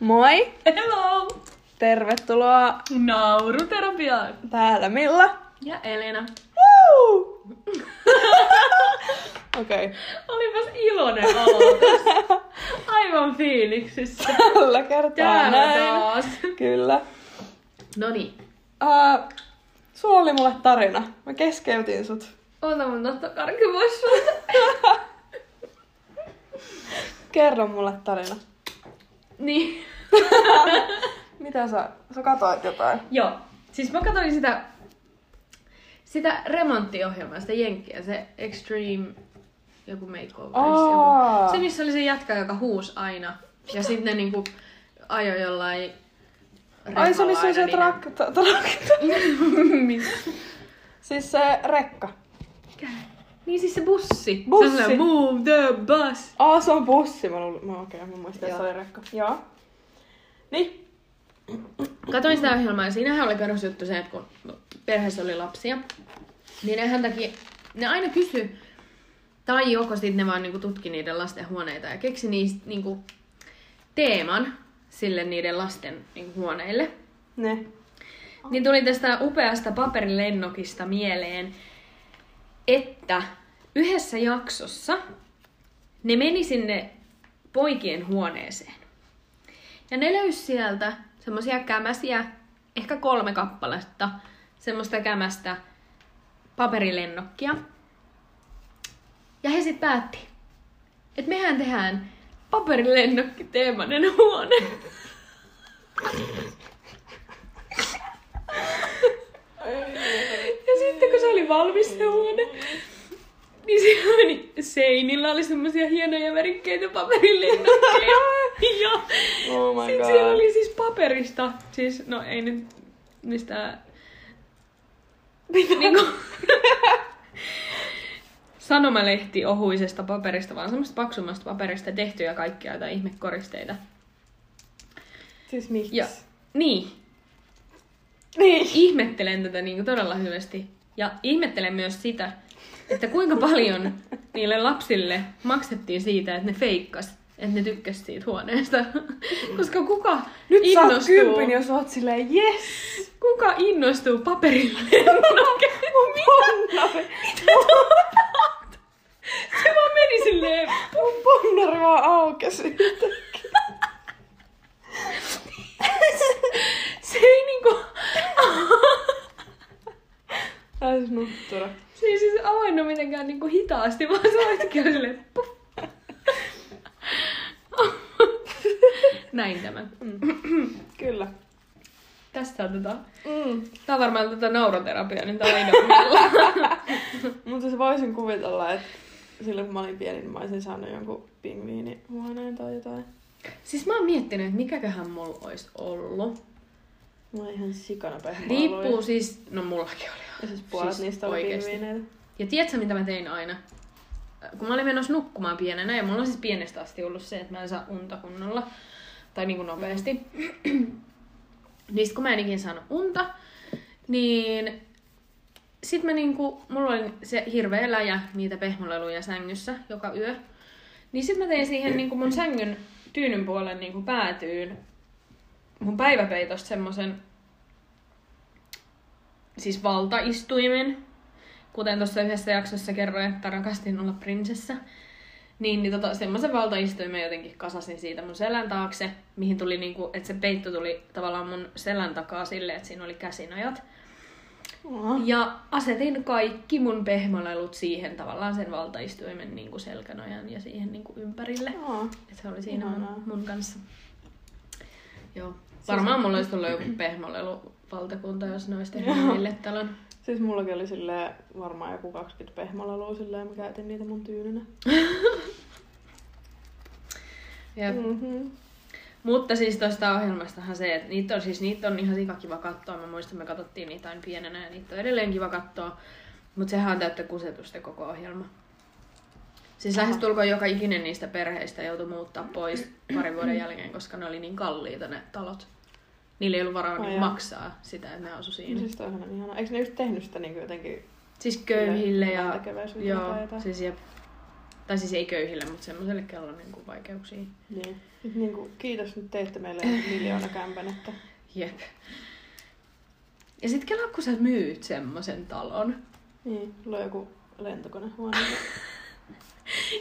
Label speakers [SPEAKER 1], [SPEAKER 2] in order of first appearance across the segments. [SPEAKER 1] Moi!
[SPEAKER 2] Hello!
[SPEAKER 1] Tervetuloa
[SPEAKER 2] Nauruterapiaan!
[SPEAKER 1] täällä Milla!
[SPEAKER 2] Ja Elena.
[SPEAKER 1] Woo! Okei,
[SPEAKER 2] Olipas iloinen aloitus. Aivan fiiliksissä.
[SPEAKER 1] tällä kertaa
[SPEAKER 2] Täällä
[SPEAKER 1] näin.
[SPEAKER 2] taas. No niin.
[SPEAKER 1] Kyllä.
[SPEAKER 2] Noniin.
[SPEAKER 1] Uh, sulla oli mulle tarina. Mä keskeytin sut.
[SPEAKER 2] Ota mun totta karkki pois sulta.
[SPEAKER 1] Kerro mulle tarina.
[SPEAKER 2] Niin.
[SPEAKER 1] Mitä sä, sä katoit jotain?
[SPEAKER 2] Joo. Siis mä katsoin sitä, sitä remonttiohjelmaa, sitä jenkkiä, se Extreme joku makeover.
[SPEAKER 1] Aa.
[SPEAKER 2] joku. Se, missä oli se jätkä, joka huusi aina. Ja sitten ne niinku ajoi jollain
[SPEAKER 1] Ai se oli se,
[SPEAKER 2] remmalla
[SPEAKER 1] se
[SPEAKER 2] aina
[SPEAKER 1] trak... tra- trak-
[SPEAKER 2] niiden- Mitä?
[SPEAKER 1] siis se rekka.
[SPEAKER 2] Mikä? Niin siis se bussi.
[SPEAKER 1] Bussi.
[SPEAKER 2] Se on sellainen, move the bus.
[SPEAKER 1] Aa, se on bussi. Mä luulin, mä okei, mä muistin, että se
[SPEAKER 2] Joo.
[SPEAKER 1] oli rekka. Joo. Niin.
[SPEAKER 2] Katoin sitä ohjelmaa ja siinähän oli perusjuttu se, että kun perheessä oli lapsia, niin ne häntäkin, ne aina kysy, tai joko sitten ne vaan niinku tutki niiden lasten huoneita ja keksi niistä niinku teeman sille niiden lasten niinku huoneille.
[SPEAKER 1] Ne.
[SPEAKER 2] Niin tuli tästä upeasta paperilennokista mieleen, että yhdessä jaksossa ne meni sinne poikien huoneeseen. Ja ne löysi sieltä semmoisia kämäsiä, ehkä kolme kappaletta, semmoista kämästä paperilennokkia. Ja he sitten päätti, että mehän tehdään paperilennokki teemainen huone. Ja sitten kun se oli valmis se huone, niin se oli, seinillä oli semmoisia hienoja värikkeitä paperilennokkeja. ja
[SPEAKER 1] Oh my
[SPEAKER 2] sit
[SPEAKER 1] god.
[SPEAKER 2] siellä oli siis paperista, siis no ei nyt mistään... Niinku, sanomalehti ohuisesta paperista, vaan semmoista paksummasta paperista tehtyjä kaikkia jotain ihmekoristeita.
[SPEAKER 1] Siis miksi?
[SPEAKER 2] Ja, niin,
[SPEAKER 1] Niin.
[SPEAKER 2] ihmettelen tätä niin todella hyvästi. Ja ihmettelen myös sitä, että kuinka paljon niille lapsille maksettiin siitä, että ne feikkas, että ne tykkäs siitä huoneesta. Koska kuka
[SPEAKER 1] Nyt saa
[SPEAKER 2] innostuu,
[SPEAKER 1] kympin, jos oot silleen, jes!
[SPEAKER 2] kuka innostuu paperille? No,
[SPEAKER 1] Ponnari!
[SPEAKER 2] se vaan meni silleen,
[SPEAKER 1] Mun ponnari vaan aukesi yhtäkkiä.
[SPEAKER 2] se ei niinku,
[SPEAKER 1] Täys nuttura.
[SPEAKER 2] se ei siis avainnut mitenkään niinku hitaasti, vaan se olisikin silleen, puff. Näin tämä.
[SPEAKER 1] Kyllä.
[SPEAKER 2] Tästä otetaan.
[SPEAKER 1] Mm.
[SPEAKER 2] Tää on varmaan tätä nauroterapiaa, niin tää oli
[SPEAKER 1] Mutta se voisin kuvitella, että silloin kun mä olin pieni, niin mä olisin saanut jonkun pingviinihuoneen tai jotain.
[SPEAKER 2] Siis mä oon miettinyt, että mikäköhän mulla olisi ollut.
[SPEAKER 1] Mä olin ihan sikana pehmoa
[SPEAKER 2] Riippuu siis, no mullakin oli.
[SPEAKER 1] Ja siis puolet
[SPEAKER 2] siis
[SPEAKER 1] niistä oli
[SPEAKER 2] oikeesti.
[SPEAKER 1] pingviineitä.
[SPEAKER 2] Ja tiedätkö mitä mä tein aina? Kun mä olin menossa nukkumaan pienenä, ja mulla on siis pienestä asti ollut se, että mä en saa unta kunnolla, tai niinku nopeasti. niin sit kun mä en ikinä saanut unta, niin sit mä niinku, mulla oli se hirveä läjä niitä pehmoleluja sängyssä joka yö. Niin sit mä tein siihen niinku mun sängyn tyynyn puolen niinku päätyyn mun päiväpeitosta semmosen siis valtaistuimen, kuten tuossa yhdessä jaksossa kerroin, että rakastin olla prinsessa, niin, niin tota, semmoisen valtaistuimen jotenkin kasasin siitä mun selän taakse, mihin tuli niinku, että se peitto tuli tavallaan mun selän takaa silleen, että siinä oli käsinajat.
[SPEAKER 1] Oh.
[SPEAKER 2] Ja asetin kaikki mun pehmolelut siihen tavallaan sen valtaistuimen niinku selkänojan ja siihen niinku ympärille.
[SPEAKER 1] Oh.
[SPEAKER 2] Et se oli siinä
[SPEAKER 1] Ihanaa.
[SPEAKER 2] mun, mun kanssa. Joo. Varmaan mulla olisi tullut joku pehmolelu valtakunta, jos ne olisi tehnyt
[SPEAKER 1] Joo.
[SPEAKER 2] niille talon.
[SPEAKER 1] Siis mullakin oli silleen varmaan joku 20 pehmolelua silleen, mä käytin niitä mun tyynynä.
[SPEAKER 2] Ja
[SPEAKER 1] Mm-hmm.
[SPEAKER 2] Mutta siis tuosta ohjelmastahan se, että niitä on, siis niitä on ihan sikakiva katsoa. Mä muistan, me katsottiin niitä aina pienenä ja niitä on edelleen kiva katsoa. Mutta sehän on täyttä kusetusta koko ohjelma. Siis lähes tulkoon joka ikinen niistä perheistä joutui muuttaa pois parin vuoden jälkeen, koska ne oli niin kalliita ne talot. Niillä ei ollut varaa
[SPEAKER 1] Ai
[SPEAKER 2] niin
[SPEAKER 1] jaa.
[SPEAKER 2] maksaa sitä, että ne asu siinä.
[SPEAKER 1] Siis toihan on ihana. Eikö ne just tehnyt sitä niinku jotenkin
[SPEAKER 2] Siis köyhille ja...
[SPEAKER 1] Tekeväisyydellä tai
[SPEAKER 2] Joo,
[SPEAKER 1] jotain?
[SPEAKER 2] siis jep. Tai siis ei köyhille, mutta semmoiselle, kello on niin kuin vaikeuksia.
[SPEAKER 1] Niin. Nyt niin kuin, kiitos nyt teitte meille miljoona kämpänettä.
[SPEAKER 2] Jep. Ja sitten kelaa, kun sä myyt semmoisen talon.
[SPEAKER 1] Niin, tulee joku lentokone huoneeseen.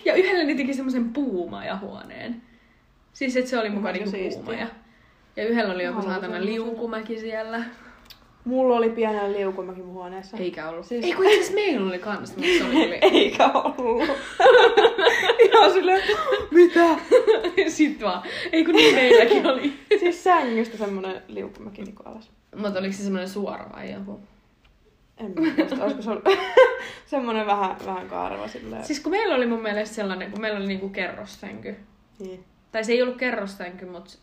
[SPEAKER 2] Ja yhdellä ne teki semmoisen puumajahuoneen. Siis että se oli mukaan
[SPEAKER 1] Aika
[SPEAKER 2] niinku
[SPEAKER 1] siistiä.
[SPEAKER 2] puumaja. Ja yhdellä oli joku
[SPEAKER 1] Mä haluan
[SPEAKER 2] saatana
[SPEAKER 1] semmoisen.
[SPEAKER 2] liukumäki siellä.
[SPEAKER 1] Mulla oli pienellä liukumäki mun huoneessa.
[SPEAKER 2] Eikä ollut.
[SPEAKER 1] Siis-
[SPEAKER 2] Siis... Ei kun itse asiassa meillä oli kans, mutta se oli...
[SPEAKER 1] Eikä ollut. Ihan silleen, mitä?
[SPEAKER 2] Sitten vaan. Ei kun niin meilläkin oli.
[SPEAKER 1] Siis sängystä semmonen liukumäki niinku alas.
[SPEAKER 2] Mutta oliko se semmoinen suora vai joku?
[SPEAKER 1] En mä muista, olisiko se ollut semmonen vähän, vähän kaareva silleen.
[SPEAKER 2] Siis kun meillä oli mun mielestä sellainen, kun meillä oli niinku kerrossänky.
[SPEAKER 1] Niin.
[SPEAKER 2] Tai se ei ollut kerrossänky, mutta...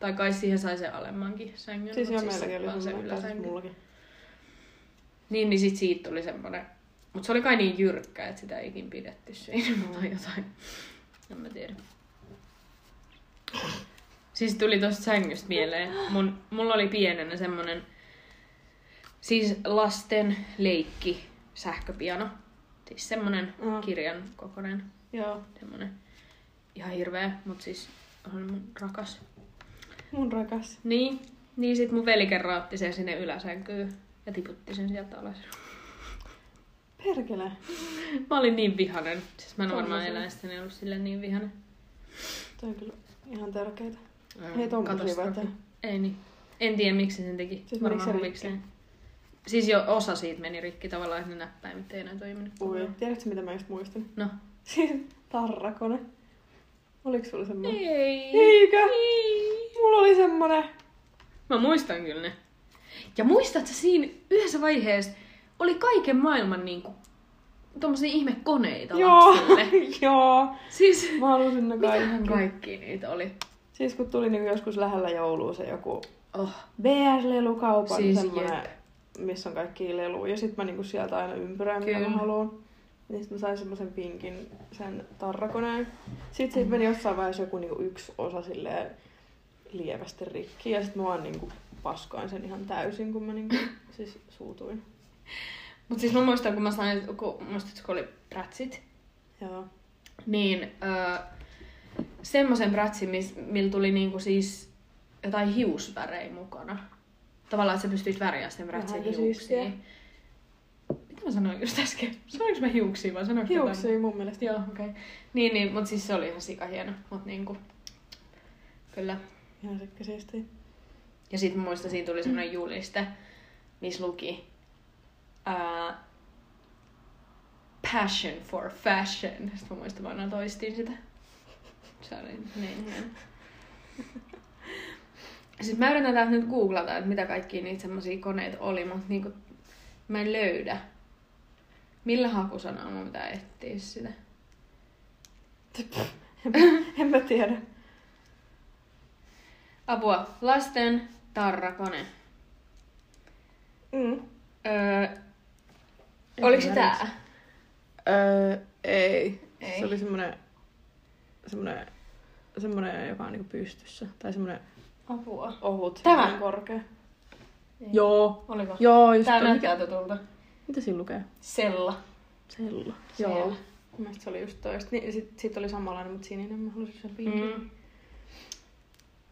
[SPEAKER 2] Tai kai siihen sai se alemmankin sängyn.
[SPEAKER 1] Siis
[SPEAKER 2] mut
[SPEAKER 1] joo, meilläkin
[SPEAKER 2] vaan
[SPEAKER 1] oli
[SPEAKER 2] se
[SPEAKER 1] semmonen, tai siis
[SPEAKER 2] yläsänky.
[SPEAKER 1] mullakin.
[SPEAKER 2] Niin, niin sit siitä tuli semmonen... Mut se oli kai niin jyrkkä, että sitä ei ikin pidetty siinä tai jotain. En mä tiedä. Siis tuli tosta sängystä mieleen. Mun, mulla oli pienenä semmonen... Siis lasten leikki sähköpiano. Siis semmonen
[SPEAKER 1] Joo.
[SPEAKER 2] kirjan kokoinen.
[SPEAKER 1] Joo,
[SPEAKER 2] Semmonen ihan hirveä, mut siis on mun rakas.
[SPEAKER 1] mun rakas.
[SPEAKER 2] Niin, niin sit mun veli kerran otti sen sinne yläsänkyyn ja tiputti sen sieltä alas.
[SPEAKER 1] Perkele.
[SPEAKER 2] Mä olin niin vihanen. Siis mä en varmaan
[SPEAKER 1] Tommosia.
[SPEAKER 2] eläistäni ollut sille niin vihanen.
[SPEAKER 1] Toi on kyllä ihan tärkeitä. Ei tommosia
[SPEAKER 2] Katastrofi.
[SPEAKER 1] vetää.
[SPEAKER 2] Ei niin. En tiedä miksi sen teki.
[SPEAKER 1] Siis
[SPEAKER 2] Siis
[SPEAKER 1] menikö se
[SPEAKER 2] varmaan huvikseen. Siis jo osa siitä meni rikki tavallaan, että ne näppäimet ei enää toiminut.
[SPEAKER 1] Ui,
[SPEAKER 2] kunnolla.
[SPEAKER 1] tiedätkö mitä mä just muistin?
[SPEAKER 2] No.
[SPEAKER 1] Siis tarrakone. Oliko sulla semmonen?
[SPEAKER 2] Niin. Ei.
[SPEAKER 1] Eikö?
[SPEAKER 2] Ei.
[SPEAKER 1] Mulla oli semmonen.
[SPEAKER 2] Mä muistan kyllä ne. Ja muistatko siinä yhdessä vaiheessa oli kaiken maailman niinku tommosia ihmekoneita
[SPEAKER 1] Joo,
[SPEAKER 2] lapsille.
[SPEAKER 1] joo.
[SPEAKER 2] Siis
[SPEAKER 1] Mä halusin ne
[SPEAKER 2] mitähän
[SPEAKER 1] kaikki.
[SPEAKER 2] kaikki niitä oli.
[SPEAKER 1] Siis kun tuli niinku joskus lähellä joulua se joku
[SPEAKER 2] Oh.
[SPEAKER 1] BR-lelukaupan siis
[SPEAKER 2] Siis
[SPEAKER 1] semmoinen,
[SPEAKER 2] jep.
[SPEAKER 1] missä on kaikki leluja. Ja sit mä niinku sieltä aina ympyrään, mitä mä
[SPEAKER 2] Kyllä.
[SPEAKER 1] haluan. Niin sit mä sain semmoisen pinkin, sen tarrakoneen. Sit siitä meni jossain vaiheessa joku niinku yksi osa silleen lievästi rikki. Ja sit mä vaan niinku paskoin sen ihan täysin, kun mä niinku siis suutuin.
[SPEAKER 2] Mut siis mä muistan, kun mä sain, kun muistatko, kun oli prätsit,
[SPEAKER 1] Joo.
[SPEAKER 2] niin öö, semmoisen prätsin, mis- millä tuli niinku siis jotain hiusvärejä mukana. Tavallaan, että sä pystyit värjää sen prätsin
[SPEAKER 1] Vähänkö
[SPEAKER 2] hiuksia.
[SPEAKER 1] siistiä?
[SPEAKER 2] Mitä mä sanoin just äsken? Sanoinko mä hiuksia vai sanoinko mä jotain?
[SPEAKER 1] Hiuksia mun mielestä.
[SPEAKER 2] Joo, okei. Okay. Niin, niin, mut siis se oli ihan sikahieno. Mut niinku, kyllä.
[SPEAKER 1] Ihan sikka siistiä.
[SPEAKER 2] Ja sitten muista siinä tuli semmoinen juliste, missä luki ää, Passion for fashion. Sitten mä muistan, mä aina toistin sitä. Se oli niin hieno. Sitten mä yritän täältä nyt googlata, että mitä kaikki niitä semmoisia koneita oli, mutta niinku, mä en löydä. Millä hakusanalla mun pitää etsiä sitä?
[SPEAKER 1] En mä tiedä.
[SPEAKER 2] Apua. Lasten tarrakone.
[SPEAKER 1] Mm.
[SPEAKER 2] Öö, oliko se tää?
[SPEAKER 1] Öö, ei.
[SPEAKER 2] Ei.
[SPEAKER 1] Se oli semmoinen, semmoinen, semmoinen joka on niinku pystyssä. Tai semmoinen
[SPEAKER 2] Apua.
[SPEAKER 1] ohut.
[SPEAKER 2] Tämä?
[SPEAKER 1] semmoinen korkea.
[SPEAKER 2] Ei.
[SPEAKER 1] Joo.
[SPEAKER 2] Oliko?
[SPEAKER 1] Joo, just
[SPEAKER 2] Niin. Tää
[SPEAKER 1] toi. Mikä-
[SPEAKER 2] näyttää tutulta.
[SPEAKER 1] Mitä siinä lukee?
[SPEAKER 2] Sella.
[SPEAKER 1] Sello.
[SPEAKER 2] Siellä.
[SPEAKER 1] Joo. Mun mielestä se oli just toista. Niin, sit, sit oli samanlainen, mutta sininen. Mä halusin sen pinkin. Mm.
[SPEAKER 2] Mm.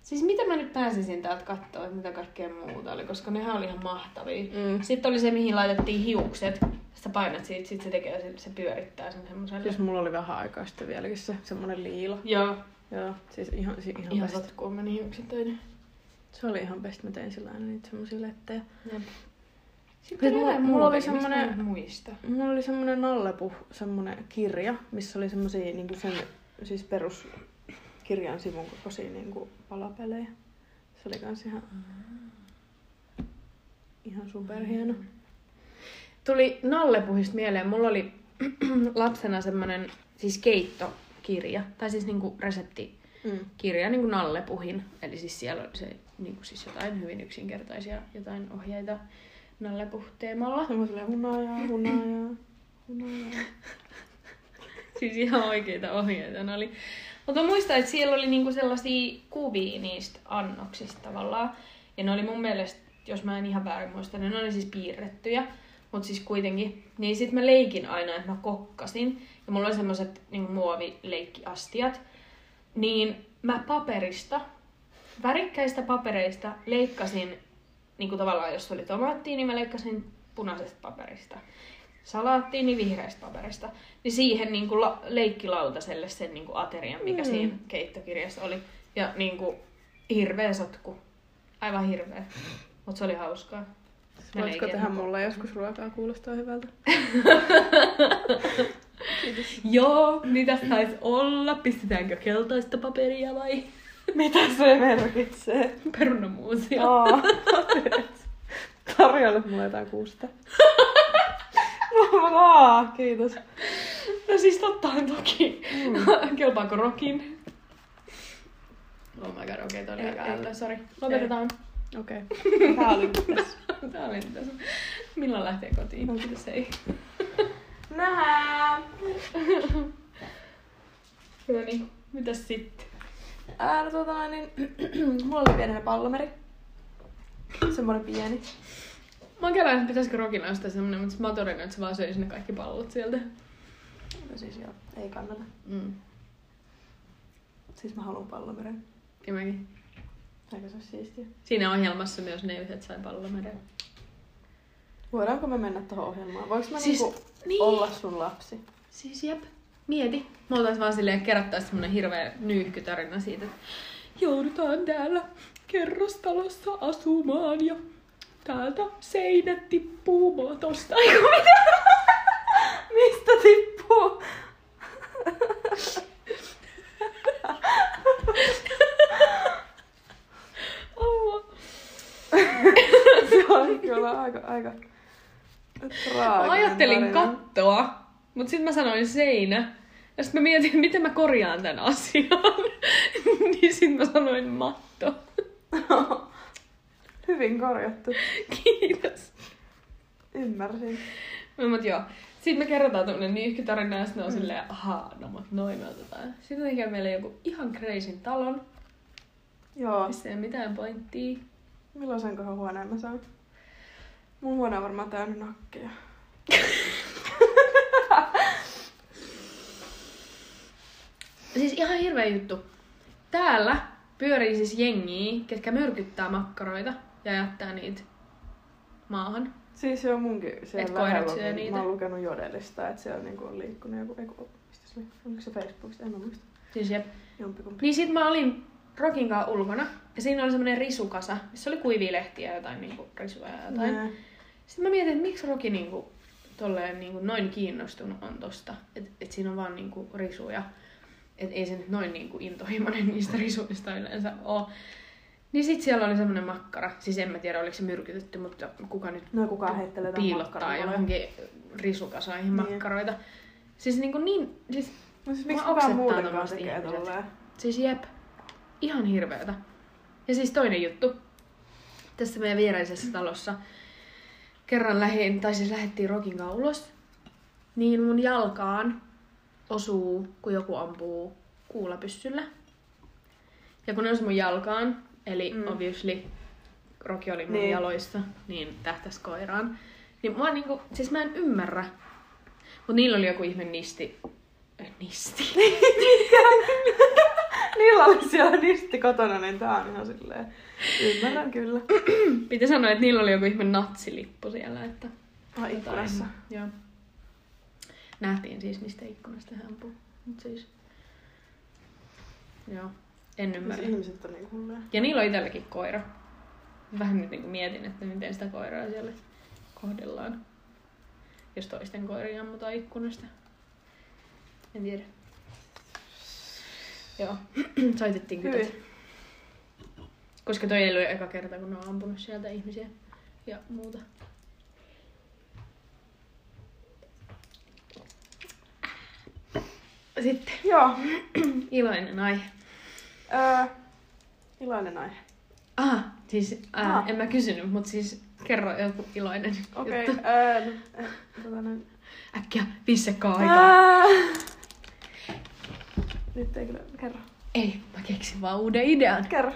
[SPEAKER 2] Siis mitä mä nyt pääsisin täältä katsoa, että mitä kaikkea muuta oli, koska nehän oli ihan mahtavia.
[SPEAKER 1] Mm.
[SPEAKER 2] Sitten oli se, mihin laitettiin hiukset. Sä painat siitä, sit se tekee, sen- se pyörittää sen semmoiselle.
[SPEAKER 1] Siis mulla oli vähän aikaa sitten vieläkin se semmoinen liila.
[SPEAKER 2] Joo.
[SPEAKER 1] Joo, siis ihan, si, ihan,
[SPEAKER 2] Ihan
[SPEAKER 1] best.
[SPEAKER 2] sotkuun meni hiukset töiden.
[SPEAKER 1] Se oli ihan best. Mä tein sillä aina niitä semmosia lettejä.
[SPEAKER 2] Sitten
[SPEAKER 1] Mulla-
[SPEAKER 2] mulla,
[SPEAKER 1] mulla oli
[SPEAKER 2] oli semmoinen...
[SPEAKER 1] semmonen-
[SPEAKER 2] Mistä mä en muista?
[SPEAKER 1] Mulla oli semmoinen nallepuh, semmoinen kirja, missä oli semmoisia niinku sen siis peruskirjan sivun kokoisia niinku palapelejä. Se oli kans ihan, ihan superhieno.
[SPEAKER 2] Tuli Nallepuhista mieleen. Mulla oli lapsena semmoinen siis keittokirja, tai siis niinku resepti
[SPEAKER 1] Mm.
[SPEAKER 2] kirja niin kuin Nalle Puhin. Eli siis siellä oli se, niin kuin siis jotain hyvin yksinkertaisia jotain ohjeita Nalle Puh-teemalla.
[SPEAKER 1] Semmoiselle hunajaa, hunajaa, hunajaa.
[SPEAKER 2] Siis ihan oikeita ohjeita ne oli. Mutta mä muistan, että siellä oli niinku sellaisia kuvia niistä annoksista tavallaan. Ja ne oli mun mielestä, jos mä en ihan väärin muista, niin ne oli siis piirrettyjä. Mutta siis kuitenkin. Niin sit mä leikin aina, että mä kokkasin. ja mulla oli semmoiset niin muovileikkiastiat, niin mä paperista, värikkäistä papereista leikkasin, niin kuin tavallaan jos oli tomaattia, niin mä leikkasin punaisesta paperista. Salaattiin, niin vihreästä paperista. Niin siihen niin kuin la- leikkilautaselle sen niin kuin aterian, mikä
[SPEAKER 1] Mm.
[SPEAKER 2] mm. siinä keittokirjassa oli. Ja niin kuin, hirveä sotku. Aivan hirveä. Mutta se oli hauskaa. Mä
[SPEAKER 1] Voitko
[SPEAKER 2] leikin,
[SPEAKER 1] tehdä
[SPEAKER 2] että-
[SPEAKER 1] mulle joskus ruokaa? Kuulostaa hyvältä.
[SPEAKER 2] Joo, mitä saisi olla? Pistetäänkö keltaista paperia vai
[SPEAKER 1] Mitä se merkitsee?
[SPEAKER 2] perunamuusia?
[SPEAKER 1] Aa, Tarjoile mulle jotain kuusta. Aa, kiitos.
[SPEAKER 2] No siis tottahan toki. Mm. Kelpaako rokin? Oh my god, okei, okay, toi oli
[SPEAKER 1] Ei,
[SPEAKER 2] aika
[SPEAKER 1] ei.
[SPEAKER 2] älytön, sori. Lopetetaan.
[SPEAKER 1] Okei. Okay. Tää oli tässä.
[SPEAKER 2] Tää oli tässä. Milloin lähtee kotiin?
[SPEAKER 1] No.
[SPEAKER 2] Kiitos, ei.
[SPEAKER 1] Nähdään!
[SPEAKER 2] No niin, mitäs sitten?
[SPEAKER 1] Ää, no tota niin, mulla oli pienenä pallomeri. Semmoinen pieni.
[SPEAKER 2] Mä oon kerran, että pitäisikö rokin ostaa semmonen, mutta sit mä oon todennut, että se vaan söi sinne kaikki pallot sieltä.
[SPEAKER 1] No siis joo, ei kannata.
[SPEAKER 2] Mm.
[SPEAKER 1] Siis mä haluan pallomeren.
[SPEAKER 2] Ja mäkin.
[SPEAKER 1] Aika se olisi siistiä.
[SPEAKER 2] Siinä ohjelmassa myös ne yhdet sai pallomeren.
[SPEAKER 1] Voidaanko me mennä tuohon ohjelmaan? Voinko mä
[SPEAKER 2] Siis-
[SPEAKER 1] niinku
[SPEAKER 2] niin.
[SPEAKER 1] olla sun lapsi?
[SPEAKER 2] Siis jep, mieti. Me oltais vaan silleen kerättäis semmonen hirveä nyyhkytarina siitä, että joudutaan täällä kerrostalossa asumaan ja täältä seinät tippuu matosta. Eiku mitä?
[SPEAKER 1] Mistä tippuu?
[SPEAKER 2] Apua.
[SPEAKER 1] Se on kyllä aika, aika
[SPEAKER 2] Mä
[SPEAKER 1] traaginen
[SPEAKER 2] ajattelin
[SPEAKER 1] tarina.
[SPEAKER 2] kattoa, mut sit mä sanoin seinä. Ja sit mä mietin, miten mä korjaan tän asian. niin sit mä sanoin matto.
[SPEAKER 1] Hyvin korjattu.
[SPEAKER 2] Kiitos.
[SPEAKER 1] Ymmärsin.
[SPEAKER 2] No mut joo. Sitten me kerrotaan tämmönen nyyhkytarina ja sitten on silleen, ahaa, no mut noin me otetaan. Sitten tekee meille joku ihan crazyn talon,
[SPEAKER 1] Joo.
[SPEAKER 2] missä ei ole mitään pointtia.
[SPEAKER 1] Milloin sen kohan huoneen mä saan? Mun huone on varmaan täynnä nakkeja.
[SPEAKER 2] Siis ihan hirveä juttu. Täällä pyörii siis jengiä, ketkä myrkyttää makkaroita ja jättää niitä maahan.
[SPEAKER 1] Siis se on munkin siellä
[SPEAKER 2] Et koirat
[SPEAKER 1] lähellä,
[SPEAKER 2] syö
[SPEAKER 1] kun
[SPEAKER 2] niitä?
[SPEAKER 1] Mä oon lukenut Jodelista, että siellä niinku on liikkunut joku, eiku, mistä se oli? Oliko se Facebookista? En mä muista.
[SPEAKER 2] Siis jep.
[SPEAKER 1] Jompikumpi.
[SPEAKER 2] Niin sit mä olin Rokin kanssa ulkona ja siinä oli semmonen risukasa, missä oli kuivia lehtiä ja jotain niinku risuja ja jotain.
[SPEAKER 1] Nää.
[SPEAKER 2] Sitten mä mietin, että miksi Roki niinku, tolleen niinku noin kiinnostunut on tosta. Että et siinä on vaan niinku risuja. Et ei se nyt noin niinku intohimoinen niistä risuista yleensä oo. Niin sit siellä oli semmonen makkara. Siis en mä tiedä, oliko se myrkytetty, mutta kuka nyt
[SPEAKER 1] No kukaan heittelee tämän
[SPEAKER 2] piilottaa
[SPEAKER 1] makkaran mulle.
[SPEAKER 2] johonkin risukasaihin
[SPEAKER 1] Niin.
[SPEAKER 2] makkaroita. Siis niinku niin, siis,
[SPEAKER 1] No siis miksi
[SPEAKER 2] Mua
[SPEAKER 1] kukaan
[SPEAKER 2] oksettaa
[SPEAKER 1] muutenkaan
[SPEAKER 2] tommoset
[SPEAKER 1] tekee
[SPEAKER 2] ihmiset.
[SPEAKER 1] tolleen?
[SPEAKER 2] siis jep. Ihan hirveetä. Ja siis toinen juttu. Tässä meidän viereisessä talossa kerran lähin, tai siis lähdettiin Rokin kanssa ulos, niin mun jalkaan osuu, kun joku ampuu kuulapyssyllä. Ja kun ne osui mun jalkaan, eli
[SPEAKER 1] Mm.
[SPEAKER 2] mm. obviously Roki oli mun
[SPEAKER 1] Niin.
[SPEAKER 2] niin. jaloissa, niin tähtäs koiraan. Niin mä niinku, siis mä en ymmärrä. Mut niillä oli joku ihme nisti. eh, Nisti.
[SPEAKER 1] Niillä oli siellä nisti kotona, niin tää on ihan silleen. Ymmärrän kyllä.
[SPEAKER 2] Piti sanoa, että niillä oli joku ihme natsilippu siellä, että...
[SPEAKER 1] Ah, ikkunassa.
[SPEAKER 2] Jotain, Joo. Nähtiin siis, mistä ikkunasta hän ampuu. Mut siis... Joo, en
[SPEAKER 1] Siis
[SPEAKER 2] ymmärrä.
[SPEAKER 1] ihmiset on niin hulluja.
[SPEAKER 2] Ja niillä on itselläkin koira. Vähän nyt niin mietin, että miten sitä koiraa siellä kohdellaan. Jos toisten koiria ammutaan ikkunasta. En tiedä. Joo, soitettiin kyllä.
[SPEAKER 1] Hyvin.
[SPEAKER 2] Koska toi ei ole eka kerta, kun ne on ampunut sieltä ihmisiä ja muuta. Sitten
[SPEAKER 1] Joo.
[SPEAKER 2] iloinen aihe.
[SPEAKER 1] Öö, iloinen aihe.
[SPEAKER 2] Ah, siis ää,
[SPEAKER 1] Ah.
[SPEAKER 2] en mä kysynyt, mutta siis kerro joku iloinen
[SPEAKER 1] Okei.
[SPEAKER 2] juttu.
[SPEAKER 1] öö, no, eh, tota noin.
[SPEAKER 2] Äkkiä, pissekää aikaa.
[SPEAKER 1] Ää. Ah. Nyt ei kyllä. Kerro.
[SPEAKER 2] Ei, mä keksin vaan uuden idean.
[SPEAKER 1] Kerro.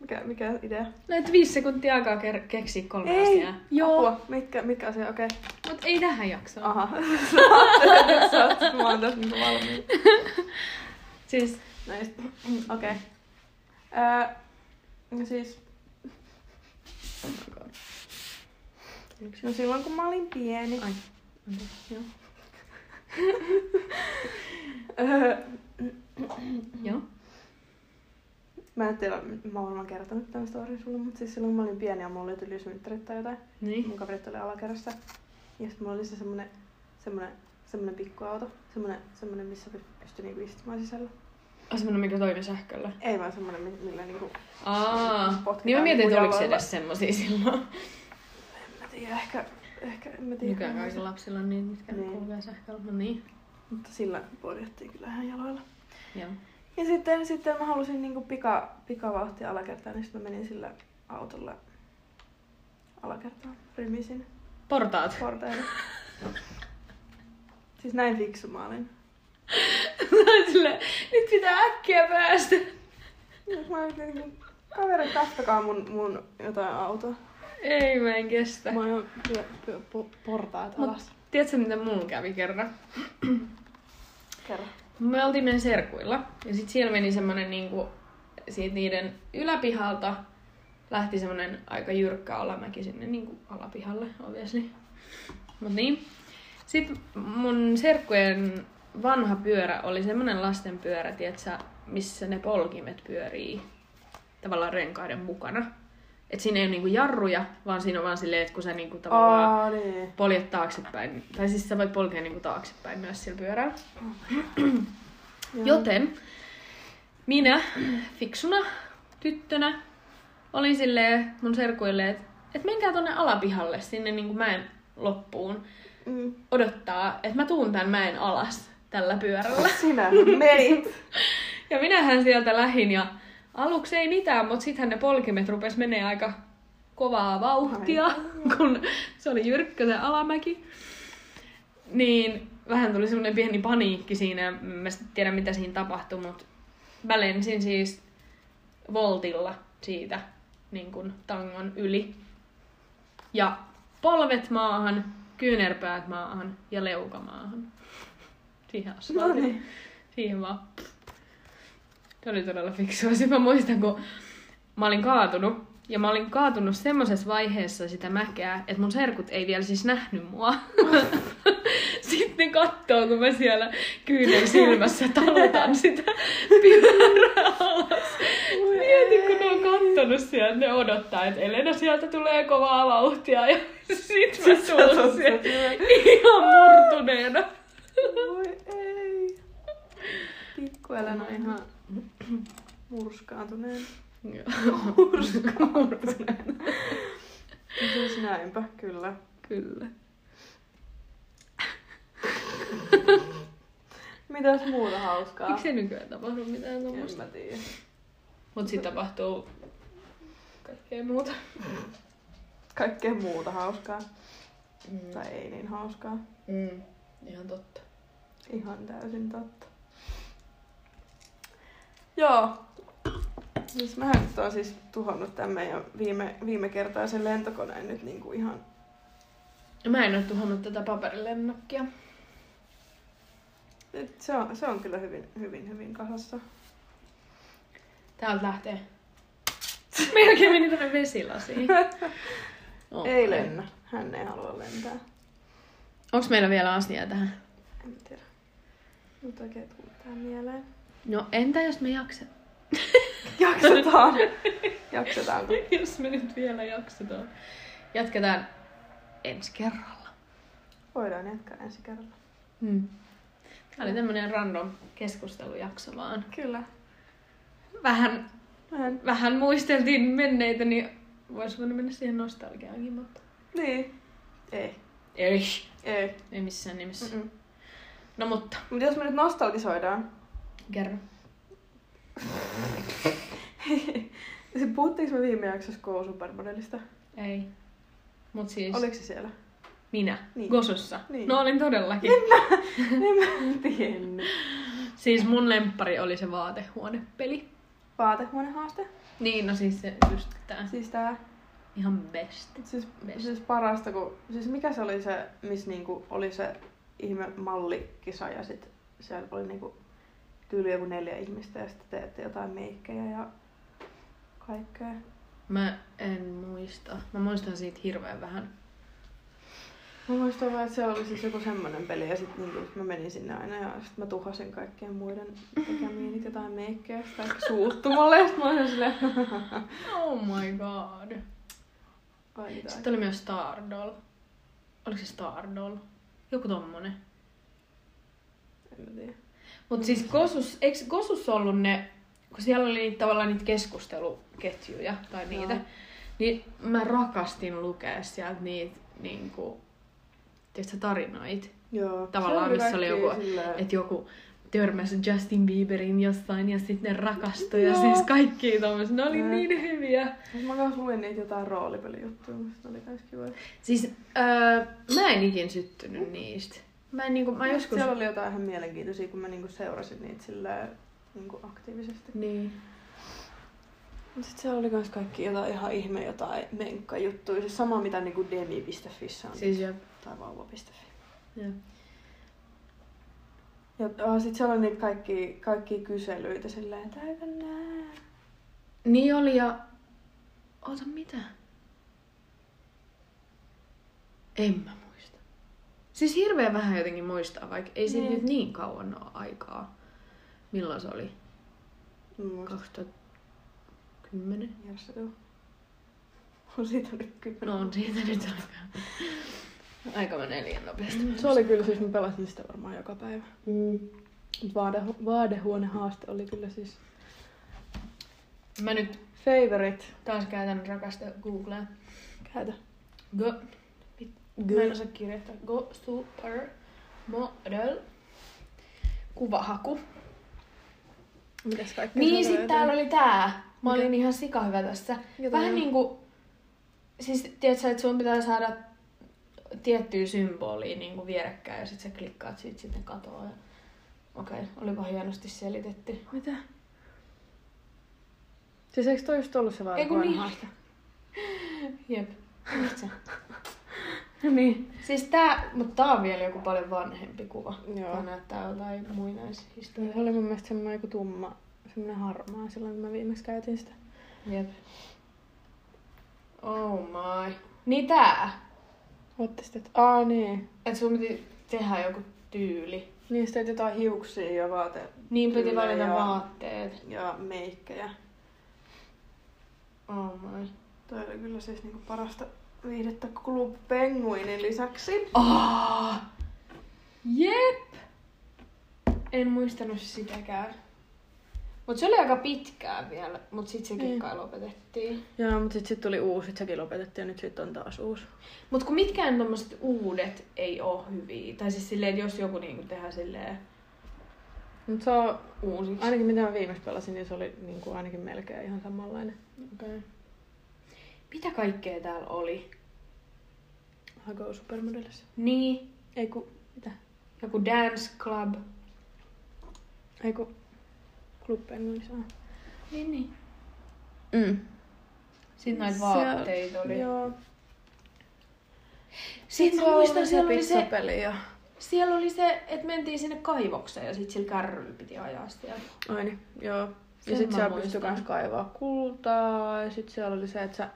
[SPEAKER 1] Mikä, mikä idea?
[SPEAKER 2] Näet viisi sekuntia aikaa ker- keksiä kolme asiaa.
[SPEAKER 1] Joo. Apua. Mitkä, mitkä asia? Okei.
[SPEAKER 2] Mut ei tähän jaksoon.
[SPEAKER 1] Aha. Sä ajattelin, että nyt sä oot, mä oon tässä niinku valmiin.
[SPEAKER 2] Siis,
[SPEAKER 1] Näistä. Mm, Okei. Okay. Öö, no siis... No silloin kun mä olin pieni.
[SPEAKER 2] ai. anteeksi, Joo.
[SPEAKER 1] Öö,
[SPEAKER 2] Joo.
[SPEAKER 1] mä en tiedä, mä oon varmaan kertonut tämän storin sulle, mutta siis silloin kun mä olin pieni ja mulla oli tyyli synttärit tai jotain.
[SPEAKER 2] Niin.
[SPEAKER 1] Mun kaverit oli alakerrassa. Ja sitten mulla oli se semmonen, semmonen, semmonen pikkuauto. Semmonen, semmonen missä py- pystyi niinku istumaan sisällä.
[SPEAKER 2] On semmoinen, mikä toimii sähköllä.
[SPEAKER 1] Ei vaan semmonen, mi- millä niinku...
[SPEAKER 2] Aa,
[SPEAKER 1] Potkitaan
[SPEAKER 2] niin mä mietin, että oliko se
[SPEAKER 1] jalalla.
[SPEAKER 2] edes semmosia silloin.
[SPEAKER 1] En mä tiedä, ehkä... Ehkä, en mä tiedä.
[SPEAKER 2] Nykyään kaikilla lapsilla on niin, mitkä
[SPEAKER 1] Niin.
[SPEAKER 2] niin. kulkee sähköllä. No niin.
[SPEAKER 1] Mutta sillä purjehtiin kyllä ihan jaloilla.
[SPEAKER 2] Joo.
[SPEAKER 1] Ja sitten, sitten mä halusin niinku pika, pikavauhtia alakertaan, niin sitten mä menin sillä autolla alakertaan. Rymisin
[SPEAKER 2] Portaat.
[SPEAKER 1] portaille. siis näin fiksu mä olin.
[SPEAKER 2] Sille, nyt pitää äkkiä päästä.
[SPEAKER 1] Nyt Mä olin niinku, kaverit, kattokaa mun, mun jotain autoa.
[SPEAKER 2] Ei mä en kestä.
[SPEAKER 1] Mä oon pyö, pyö, po, portaat
[SPEAKER 2] Mut-
[SPEAKER 1] alas.
[SPEAKER 2] Tiedätkö, mitä mulla kävi kerran?
[SPEAKER 1] Kerro.
[SPEAKER 2] Me oltiin meidän serkuilla ja sit siellä meni semmonen niinku, siitä niiden yläpihalta lähti semmonen aika jyrkkä alamäki sinne niinku alapihalle, obviously. Mut niin. Sitten mun serkkujen vanha pyörä oli semmonen lasten pyörä, tietsä, missä ne polkimet pyörii tavallaan renkaiden mukana. Et siinä ei ole niinku jarruja, vaan siinä on vaan silleen, että kun sä niinku tavallaan
[SPEAKER 1] Aa, niin.
[SPEAKER 2] poljet taaksepäin. Tai siis sä voit polkea niinku taaksepäin myös sillä pyörällä.
[SPEAKER 1] Joo.
[SPEAKER 2] Joten minä fiksuna tyttönä olin silleen mun serkuille, että et menkää tonne alapihalle sinne niinku mäen loppuun
[SPEAKER 1] Mm.
[SPEAKER 2] odottaa, että mä tuun tän mäen alas tällä pyörällä.
[SPEAKER 1] Sinä menit.
[SPEAKER 2] Ja minähän sieltä lähin ja aluksi ei mitään, mutta sittenhän ne polkimet rupes menee aika kovaa vauhtia, kun se oli jyrkkö se alamäki. Niin vähän tuli semmoinen pieni paniikki siinä, en mä sitten tiedä mitä siinä tapahtui, mutta mä lensin siis voltilla siitä niin kun tangon yli. Ja polvet maahan, kyynärpäät maahan ja leuka maahan. Siihen
[SPEAKER 1] No
[SPEAKER 2] asfaltille.
[SPEAKER 1] niin.
[SPEAKER 2] Siihen vaan. Se oli todella fiksua. Sitten mä muistan, kun mä olin kaatunut. Ja mä olin kaatunut semmoisessa vaiheessa sitä mäkeä, että mun serkut ei vielä siis nähnyt mua. Sitten ne kattoo, kun mä siellä kyynen silmässä talutan sitä pyörää alas. Mieti, kun ne on kattonut sieltä, ne odottaa, että Elena sieltä tulee kovaa vauhtia ja sit mä tulen sieltä ihan murtuneena.
[SPEAKER 1] Voi ei. Pikku Elena on ihan murskaantuneen.
[SPEAKER 2] murtuneena.
[SPEAKER 1] Siis näinpä, kyllä.
[SPEAKER 2] Kyllä.
[SPEAKER 1] Mitäs muuta hauskaa?
[SPEAKER 2] Miksi ei nykyään tapahdu mitään
[SPEAKER 1] En
[SPEAKER 2] tuommoista?
[SPEAKER 1] mä tiedä.
[SPEAKER 2] Mut sit tapahtuu kaikkea muuta.
[SPEAKER 1] Kaikkea muuta hauskaa.
[SPEAKER 2] Mm.
[SPEAKER 1] Tai ei niin hauskaa.
[SPEAKER 2] Mm. Ihan totta.
[SPEAKER 1] Ihan täysin totta. Joo. Siis mähän nyt on siis tuhonnut tämän meidän viime, viime kertaisen lentokoneen nyt niinku ihan...
[SPEAKER 2] Mä en oo tuhannut tätä paperilennokkia.
[SPEAKER 1] Nyt se on, se on kyllä hyvin, hyvin, hyvin kasassa.
[SPEAKER 2] Täältä lähtee. Melkein meni tänne vesilasiin. Oh.
[SPEAKER 1] Ei lennä. Hän ei halua lentää.
[SPEAKER 2] Onks meillä vielä asiaa tähän?
[SPEAKER 1] En tiedä. Nyt oikein tuli tää mieleen.
[SPEAKER 2] No entä jos me jaksetaan?
[SPEAKER 1] Jaksetaan. Jaksetaanko?
[SPEAKER 2] jos me nyt vielä jaksetaan. Jatketaan ensi kerralla.
[SPEAKER 1] Voidaan jatkaa ensi kerralla.
[SPEAKER 2] Mm. Tämä oli tämmönen random keskustelujakso vaan.
[SPEAKER 1] Kyllä.
[SPEAKER 2] Vähän
[SPEAKER 1] Vähän.
[SPEAKER 2] vähän muisteltiin menneitä, niin voisi voinut mennä siihen nostalgiaankin, mutta...
[SPEAKER 1] Niin. Ei.
[SPEAKER 2] Ei.
[SPEAKER 1] Ei.
[SPEAKER 2] Ei missään nimessä.
[SPEAKER 1] Mm-mm.
[SPEAKER 2] No mutta,
[SPEAKER 1] Mutta jos me nyt nostalgisoidaan,
[SPEAKER 2] kerro.
[SPEAKER 1] Siis puhuttiinko me viime jaksossa Go Supermodelista?
[SPEAKER 2] Ei. Mut siis Oli...
[SPEAKER 1] Oliko se siellä?
[SPEAKER 2] minä,
[SPEAKER 1] Niin.
[SPEAKER 2] niin. Gosossa.
[SPEAKER 1] Niin.
[SPEAKER 2] Niin. No olin todellakin.
[SPEAKER 1] en mä tiennyt.
[SPEAKER 2] Siis mun lemppari oli se vaatehuonepeli.
[SPEAKER 1] Vaatehuonehaaste.
[SPEAKER 2] Niin, no siis se just tää.
[SPEAKER 1] Siis tää
[SPEAKER 2] Ihan best.
[SPEAKER 1] Siis,
[SPEAKER 2] Best.
[SPEAKER 1] siis parasta, kun... Siis mikä se oli se, missä niinku oli se ihme mallikisa ja sit siellä oli niinku tyyli joku neljä ihmistä ja sitten teette jotain meikkejä ja kaikkea.
[SPEAKER 2] Mä en muista. Mä muistan siitä hirveän vähän.
[SPEAKER 1] Mä muistan vaan, että se oli siis joku semmonen peli ja sitten niinku, mä menin sinne aina ja sitten mä tuhasin kaikkien muiden tekemiä niitä jotain meikkejä ja sitten suuttumalla ja sit mä olin silleen
[SPEAKER 2] Oh my god.
[SPEAKER 1] Ai mitä.
[SPEAKER 2] Sitten oli myös Stardoll. Oliko se Stardoll? Joku tommonen.
[SPEAKER 1] En mä tiedä.
[SPEAKER 2] Mut siis Kosus, eikö Kosus ollut ne, kun siellä oli niitä, tavallaan niitä keskusteluketjuja tai niitä,
[SPEAKER 1] Joo.
[SPEAKER 2] niin mä rakastin lukea sieltä niitä niinku, tiedätkö, tarinoita.
[SPEAKER 1] Joo.
[SPEAKER 2] Tavallaan, missä oli joku,
[SPEAKER 1] Silleen...
[SPEAKER 2] että joku törmäsi Justin Bieberin jossain ja sitten ne rakastui ja
[SPEAKER 1] Joo.
[SPEAKER 2] siis kaikki tommoset, ne oli
[SPEAKER 1] Mm.
[SPEAKER 2] niin hyviä.
[SPEAKER 1] Mut Siis Mä kans luin niitä jotain roolipelijuttuja, mutta ne oli kans kivoja.
[SPEAKER 2] Siis öö, mä en ikin syttynyt niistä. Mä, en, niinku, mä joskus...
[SPEAKER 1] Siellä oli jotain ihan mielenkiintoisia, kun mä niinku seurasin niitä silleen niinku aktiivisesti.
[SPEAKER 2] Niin.
[SPEAKER 1] Mut sit siellä oli kans kaikki jotain ihan ihme jotain menkkajuttuja. Se sama mitä niinku demi.fissä on.
[SPEAKER 2] Siis jep.
[SPEAKER 1] Tai vauva.fi.
[SPEAKER 2] jep.
[SPEAKER 1] Ja oh, sit siellä oli niitä kaikki, kaikki kyselyitä silleen, täytä nää.
[SPEAKER 2] Niin oli ja... Oota, mitä? En mä muista. Siis hirveän vähän jotenkin muistaa, vaikka ei siitä
[SPEAKER 1] Niin.
[SPEAKER 2] nyt niin kauan ole aikaa. Milloin se oli?
[SPEAKER 1] Muista.
[SPEAKER 2] 2010?
[SPEAKER 1] Jossa tuu. On siitä nyt kymmenen.
[SPEAKER 2] No on siitä nyt aikaa. Aika menee liian nopeasti.
[SPEAKER 1] Se oli kyllä, siis mä pelasin sitä varmaan joka päivä.
[SPEAKER 2] Mm.
[SPEAKER 1] Mut vaade- vaadehuonehaaste oli kyllä siis
[SPEAKER 2] Mä nyt
[SPEAKER 1] favorite.
[SPEAKER 2] taas käytän rakasta Googlea.
[SPEAKER 1] Käytä.
[SPEAKER 2] Go. Go. Mä en osaa kirjoittaa. Go super model. Kuvahaku.
[SPEAKER 1] Mitäs kaikkea
[SPEAKER 2] Niin,
[SPEAKER 1] siellä
[SPEAKER 2] sit
[SPEAKER 1] oli
[SPEAKER 2] täällä oli tää. Mä
[SPEAKER 1] Mikä?
[SPEAKER 2] olin ihan sikahyvä tässä.
[SPEAKER 1] Jota
[SPEAKER 2] Vähän
[SPEAKER 1] on?
[SPEAKER 2] niinku... Siis tiedätkö, että sun pitää saada tiettyä symbolia niinku vierekkäin ja sit sä klikkaat siitä sitten katoa. Ja... Okei, okay, olipa hienosti selitetty.
[SPEAKER 1] Mitä? Siis eikö toi just ollut se
[SPEAKER 2] Ei kun niin.
[SPEAKER 1] vaadehuonehaaste?
[SPEAKER 2] Jep. Just se.
[SPEAKER 1] niin.
[SPEAKER 2] siis tää, mutta tää on vielä joku paljon vanhempi kuva.
[SPEAKER 1] Joo.
[SPEAKER 2] Tää näyttää jotain muinaishistoriaa.
[SPEAKER 1] Se Niin. oli mun mielestä semmoinen joku tumma, semmoinen harmaa silloin, kun mä viimeksi käytin sitä.
[SPEAKER 2] Jep. Oh my. Niin tää.
[SPEAKER 1] Ootte sitten, että aa niin.
[SPEAKER 2] Et sun piti tehdä joku tyyli.
[SPEAKER 1] Niin sitten jotain hiuksia ja vaate
[SPEAKER 2] Niin piti
[SPEAKER 1] Kyllä,
[SPEAKER 2] valita
[SPEAKER 1] joo.
[SPEAKER 2] vaatteet.
[SPEAKER 1] ja meikkejä.
[SPEAKER 2] Oh my.
[SPEAKER 1] Toi oli kyllä siis niinku parasta viihdettä Club Penguinin lisäksi.
[SPEAKER 2] Oh! Jep! En muistanut sitäkään. Mut se oli aika pitkää vielä, mut sit sekin
[SPEAKER 1] Mm.
[SPEAKER 2] kai lopetettiin.
[SPEAKER 1] Joo, mutta sitten sit tuli uusi, sit sekin lopetettiin ja nyt sitten on taas uusi.
[SPEAKER 2] Mut kun mitkään tommoset uudet ei oo hyviä. Tai siis silleen, että jos joku niinku tehdään silleen
[SPEAKER 1] Mut se on,
[SPEAKER 2] uusiksi.
[SPEAKER 1] ainakin mitä mä viimeksi pelasin, niin se oli niinku ainakin melkein ihan samanlainen.
[SPEAKER 2] Okay. Mitä kaikkea täällä oli?
[SPEAKER 1] Mä go supermodelissa.
[SPEAKER 2] Niin,
[SPEAKER 1] Ei ku, mitä?
[SPEAKER 2] joku dance club.
[SPEAKER 1] Ei ku, Club Penguinissa on.
[SPEAKER 2] Niin, niin.
[SPEAKER 1] Mm.
[SPEAKER 2] Sitten näitä
[SPEAKER 1] Se-
[SPEAKER 2] vaatteita oli.
[SPEAKER 1] Joo.
[SPEAKER 2] Sitten mä muistan, siellä oli se,
[SPEAKER 1] pizzapeli ja...
[SPEAKER 2] siellä oli se, että mentiin sinne kaivokseen ja sitten sillä kärryllä piti ajaa siellä.
[SPEAKER 1] Ai niin, joo.
[SPEAKER 2] Sen
[SPEAKER 1] Ja sit
[SPEAKER 2] mä
[SPEAKER 1] siellä
[SPEAKER 2] muistan.
[SPEAKER 1] pystyi kans kaivaa kultaa ja sit siellä oli se, että sä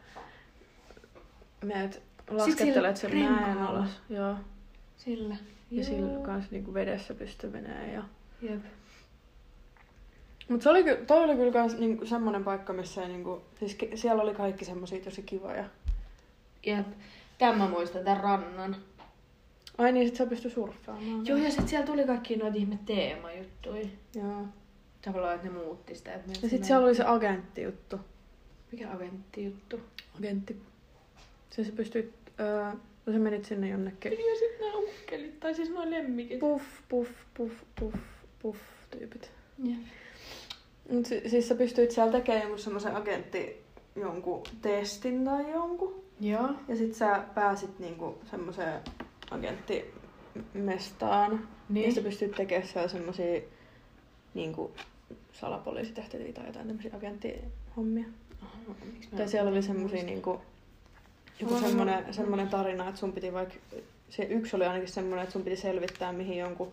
[SPEAKER 1] meet laskettelet
[SPEAKER 2] sillä
[SPEAKER 1] sen mäen
[SPEAKER 2] renkaalla.
[SPEAKER 1] alas. Joo.
[SPEAKER 2] Sillä.
[SPEAKER 1] Ja sillä kans niinku vedessä pystyi menee ja...
[SPEAKER 2] Jep.
[SPEAKER 1] Mut se oli, ky- toi oli kyllä kans niinku semmonen paikka, missä ei niinku... Siis ke- siellä oli kaikki semmosia tosi kivoja.
[SPEAKER 2] Jep. Tämän mä muistan, tämän rannan.
[SPEAKER 1] Ai niin, sit sä pystyi surffaamaan.
[SPEAKER 2] Joo, ja sitten siellä tuli kaikki noita ihme teemajuttuja.
[SPEAKER 1] Joo.
[SPEAKER 2] Tavallaan, että ne muutti sitä. Että
[SPEAKER 1] Ja sit siellä oli se agenttijuttu.
[SPEAKER 2] Mikä agentti juttu?
[SPEAKER 1] Agentti. Se sä pystyt... Öö, no sä menit sinne jonnekin.
[SPEAKER 2] Ja sitten nämä ukkelit, tai siis nuo lemmikit.
[SPEAKER 1] Puff, puff, puff, puff, puff tyypit.
[SPEAKER 2] Jep.
[SPEAKER 1] Mut si- siis sä pystyit siellä tekemään jonkun semmoisen agentti jonkun testin tai jonkun.
[SPEAKER 2] Joo.
[SPEAKER 1] Ja sit sä pääsit niinku semmoiseen agenttimestaan. Niin. Ja sä pystyt tekemään siellä semmosia niinku salapoliisitehtäviä tai jotain tämmöisiä agenttihommia.
[SPEAKER 2] Aha, miksi mä-
[SPEAKER 1] Tai siellä oli semmosia niinku joku
[SPEAKER 2] Mulla on
[SPEAKER 1] semmoinen, semmoinen tarina, että sun piti vaikka, se yksi oli ainakin semmoinen, että sun piti selvittää, mihin jonkun,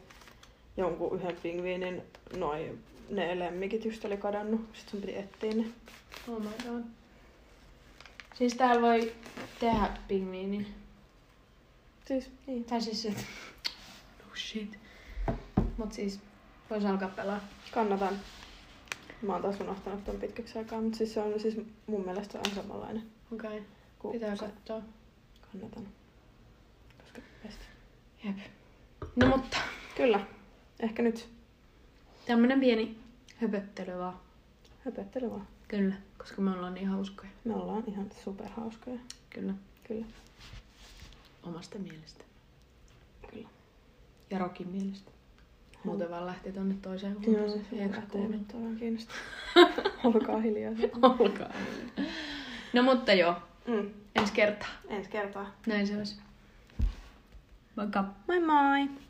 [SPEAKER 1] jonkun yhden pingviinin noi, ne lemmikit just oli kadonnut. Sitten sun piti etsiä ne.
[SPEAKER 2] Oh my god. Siis täällä voi tehdä pingviini.
[SPEAKER 1] Siis, niin.
[SPEAKER 2] Tai siis et... No shit. Mut siis vois alkaa pelaa.
[SPEAKER 1] Kannatan. Mä oon taas unohtanut ton pitkäksi aikaa, mutta siis se on siis mun mielestä se on samanlainen.
[SPEAKER 2] Okei. Okay.
[SPEAKER 1] kuin
[SPEAKER 2] Pitää
[SPEAKER 1] se.
[SPEAKER 2] katsoa.
[SPEAKER 1] Kannatan. Koska best.
[SPEAKER 2] Jep. No mutta.
[SPEAKER 1] Kyllä. Ehkä nyt.
[SPEAKER 2] Tämmönen pieni höpöttely vaan.
[SPEAKER 1] Höpöttely vaan.
[SPEAKER 2] Kyllä. Koska me ollaan niin hauskoja.
[SPEAKER 1] Me ollaan ihan superhauskoja.
[SPEAKER 2] Kyllä.
[SPEAKER 1] Kyllä.
[SPEAKER 2] Omasta mielestä.
[SPEAKER 1] Kyllä.
[SPEAKER 2] Ja Rokin mielestä. Muuten vaan lähtee tonne toiseen
[SPEAKER 1] Joo,
[SPEAKER 2] huoneeseen.
[SPEAKER 1] se
[SPEAKER 2] Ei
[SPEAKER 1] on
[SPEAKER 2] kuule.
[SPEAKER 1] kuulottavan kiinnostavaa. Olkaa hiljaa.
[SPEAKER 2] Olkaa. No mutta joo.
[SPEAKER 1] Mm.
[SPEAKER 2] Ensi kertaa.
[SPEAKER 1] Ensi kertaa.
[SPEAKER 2] Näin se olisi. Moikka.
[SPEAKER 1] Moi moi!